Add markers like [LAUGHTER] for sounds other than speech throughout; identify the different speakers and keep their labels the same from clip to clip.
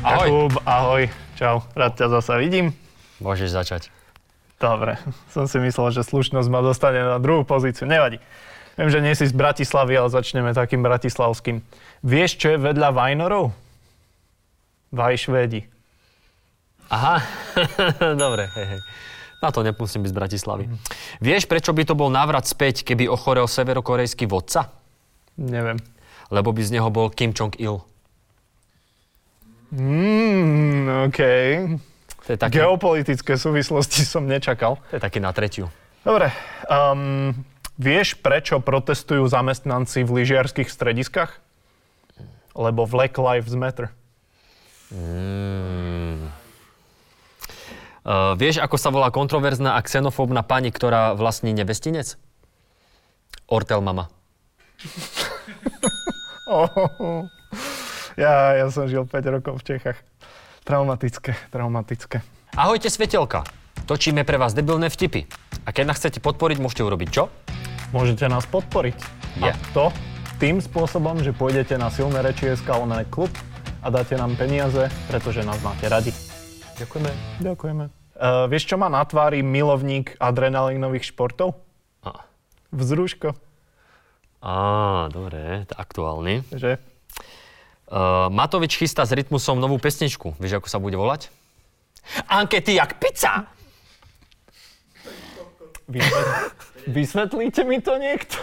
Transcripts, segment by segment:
Speaker 1: Jakub, ahoj. Čau, rád ťa zasa vidím.
Speaker 2: Môžeš začať.
Speaker 1: Dobre, som si myslel, že slušnosť ma dostane na druhú pozíciu. Nevadí. Viem, že nie si z Bratislavy, ale začneme takým bratislavským. Vieš, čo je vedľa Vajnorov? Vaj Švédi.
Speaker 2: Aha, [LAUGHS] dobre, hej, hej. Na to nemusím byť z Bratislavy. Vieš, prečo by to bol návrat späť, keby ochorel severokorejský vodca?
Speaker 1: Neviem.
Speaker 2: Lebo by z neho bol Kim Jong-il.
Speaker 1: Mm, OK.
Speaker 2: To je taký,
Speaker 1: Geopolitické súvislosti som nečakal.
Speaker 2: to je taký na tretiu.
Speaker 1: Dobre. Um, vieš, prečo protestujú zamestnanci v lyžiarských strediskách? Lebo Black Lives Matter.
Speaker 2: Uh, Hmm. vieš, ako sa volá kontroverzná a xenofóbna pani, ktorá vlastní nevestinec? Ortel mama.
Speaker 1: Oh, ja, ja som žil 5 rokov v Čechách. Traumatické, traumatické.
Speaker 2: Ahojte, svetelka. Točíme pre vás debilné vtipy. A keď nás chcete podporiť, môžete urobiť čo?
Speaker 1: Môžete nás podporiť.
Speaker 2: Je.
Speaker 1: A to tým spôsobom, že pôjdete na silné reči SK online klub E a dáte nám peniaze, pretože nás máte radi.
Speaker 2: Ďakujeme.
Speaker 1: Ďakujeme. Uh, vieš, čo má na tvári milovník adrenalinových športov?
Speaker 2: A,
Speaker 1: Vzruško,
Speaker 2: á, dobre, to je aktuálny.
Speaker 1: že?
Speaker 2: Uh, Matovič chystá s Rytmusom novú pesničku. Vieš, ako sa bude volať? Ankety jak pizza!
Speaker 1: Vysvet- [LAUGHS] Vysvetlíte mi to niekto?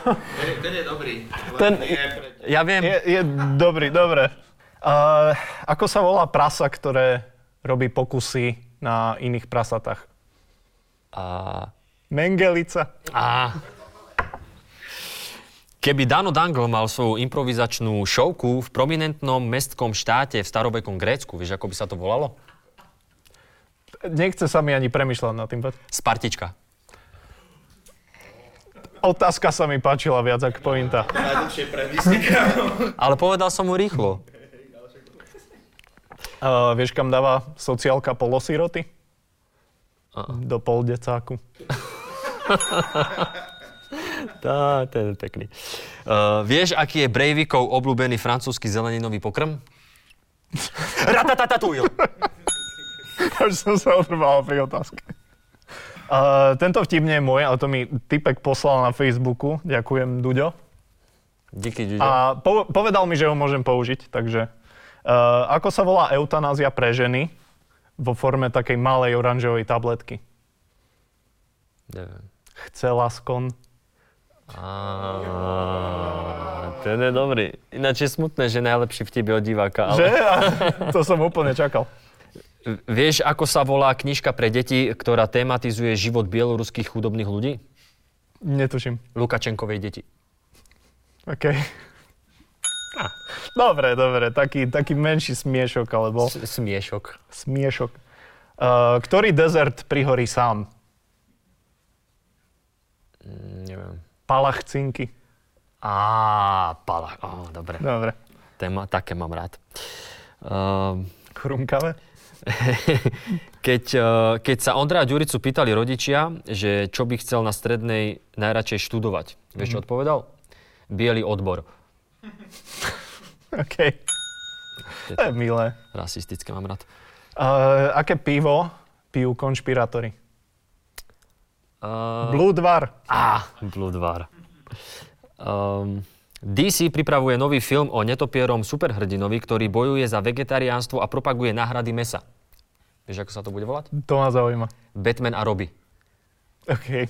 Speaker 3: Ten je dobrý.
Speaker 1: Ten-
Speaker 3: Len je pre-
Speaker 2: Ja viem.
Speaker 1: Je, je dobrý, dobre. Uh, ako sa volá prasa, ktoré robí pokusy na iných prasatách?
Speaker 2: A,
Speaker 1: Mengelica.
Speaker 2: a... Keby Dano Dango mal svoju improvizačnú šovku v prominentnom mestskom štáte v starovekom Grécku, vieš, ako by sa to volalo?
Speaker 1: Nechce sa mi ani premyšľať nad tým.
Speaker 2: Spartička.
Speaker 1: Otázka sa mi páčila viac ako pointa.
Speaker 3: Najdlhšie premyslí, kámo.
Speaker 2: Ale povedal som mu rýchlo.
Speaker 1: Uh, vieš, kam dáva sociálka polosiroty? Do poldecáku.
Speaker 2: Tá, ten je pekný. Uh, vieš, aký je Breivikov obľúbený francúzsky zeleninový pokrm? Ratatatatouille.
Speaker 1: [LAUGHS] Až som sa otrval pri otázke. Uh, tento vtip nie je môj, ale to mi typek poslal na Facebooku. Ďakujem, Duďo.
Speaker 2: Díky, Ďuďo.
Speaker 1: A po- povedal mi, že ho môžem použiť, takže... Uh, ako sa volá eutanázia pre ženy vo forme takej malej oranžovej tabletky?
Speaker 2: Neviem.
Speaker 1: Chce laskon.
Speaker 2: Á, ten je dobrý. Ináč je smutné, že najlepší vtip je od diváka.
Speaker 1: Že?
Speaker 2: Ale...
Speaker 1: A to som úplne čakal.
Speaker 2: Vieš, ako sa volá knižka pre deti, ktorá tematizuje život bieloruských chudobných ľudí?
Speaker 1: Netuším.
Speaker 2: Lukačenkovej deti.
Speaker 1: OK. Dobre, dobre, taký, taký menší smiešok, alebo
Speaker 2: S- Smiešok.
Speaker 1: smiešok. Uh, ktorý dezert prihorí sám?
Speaker 2: Mm, Neviem.
Speaker 1: Palachcinky.
Speaker 2: Á, pala. Á, dobre.
Speaker 1: Dobre.
Speaker 2: Téma, také mám rád. Ehm,
Speaker 1: Chrumkavé?
Speaker 2: keď, eh, keď sa Ondra a Ďuricu pýtali rodičia, že čo by chcel na strednej najradšej študovať, vieš, čo odpovedal? Bielý odbor.
Speaker 1: OK. To je milé.
Speaker 2: Rasistické mám rád.
Speaker 1: Uh, aké pivo pijú konšpirátori? Uh,
Speaker 2: Ehm,
Speaker 1: Blúdvar.
Speaker 2: Á, Bloodvar. Um, DC pripravuje nový film o netopierom superhrdinovi, ktorý bojuje za vegetariánstvo a propaguje náhrady mesa. Vieš, ako sa to bude volať?
Speaker 1: To ma zaujíma.
Speaker 2: Batman a Robby.
Speaker 1: OK.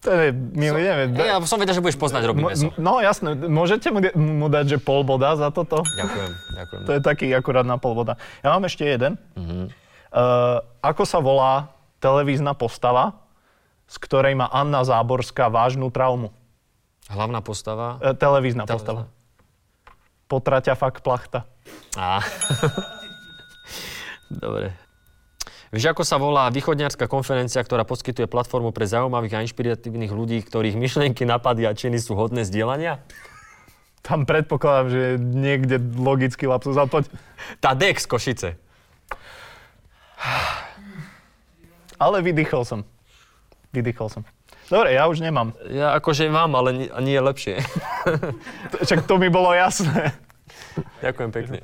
Speaker 1: To je milý, neviem.
Speaker 2: Ja som vedel, že budeš poznať Robby
Speaker 1: Mo-
Speaker 2: meso.
Speaker 1: no jasné, môžete mu, mu dať, že pol boda za toto?
Speaker 2: Ďakujem, ďakujem. Mhm.
Speaker 1: To je taký akurát na pol boda. Ja mám ešte jeden. Uh, ako sa volá televízna postava, z ktorej má Anna Záborská vážnu traumu?
Speaker 2: Hlavná postava.
Speaker 1: Uh, televízna
Speaker 2: Televízna.
Speaker 1: postava. Potraťa fakt plachta.
Speaker 2: Á. [LAUGHS] Dobre. Vieš, ako sa volá východňarská konferencia, ktorá poskytuje platformu pre zaujímavých a inšpiratívnych ľudí, ktorých myšlienky, napady a činy sú hodné zdieľania?
Speaker 1: Tam predpokladám, že je niekde logický lapsus, ale poď.
Speaker 2: Tadex Košice.
Speaker 1: Ale vydýchol som. Vydýchol som. Dobre, ja už nemám.
Speaker 2: Ja akože mám, ale nie, nie je lepšie.
Speaker 1: Však to mi bolo jasné.
Speaker 2: Ďakujem pekne.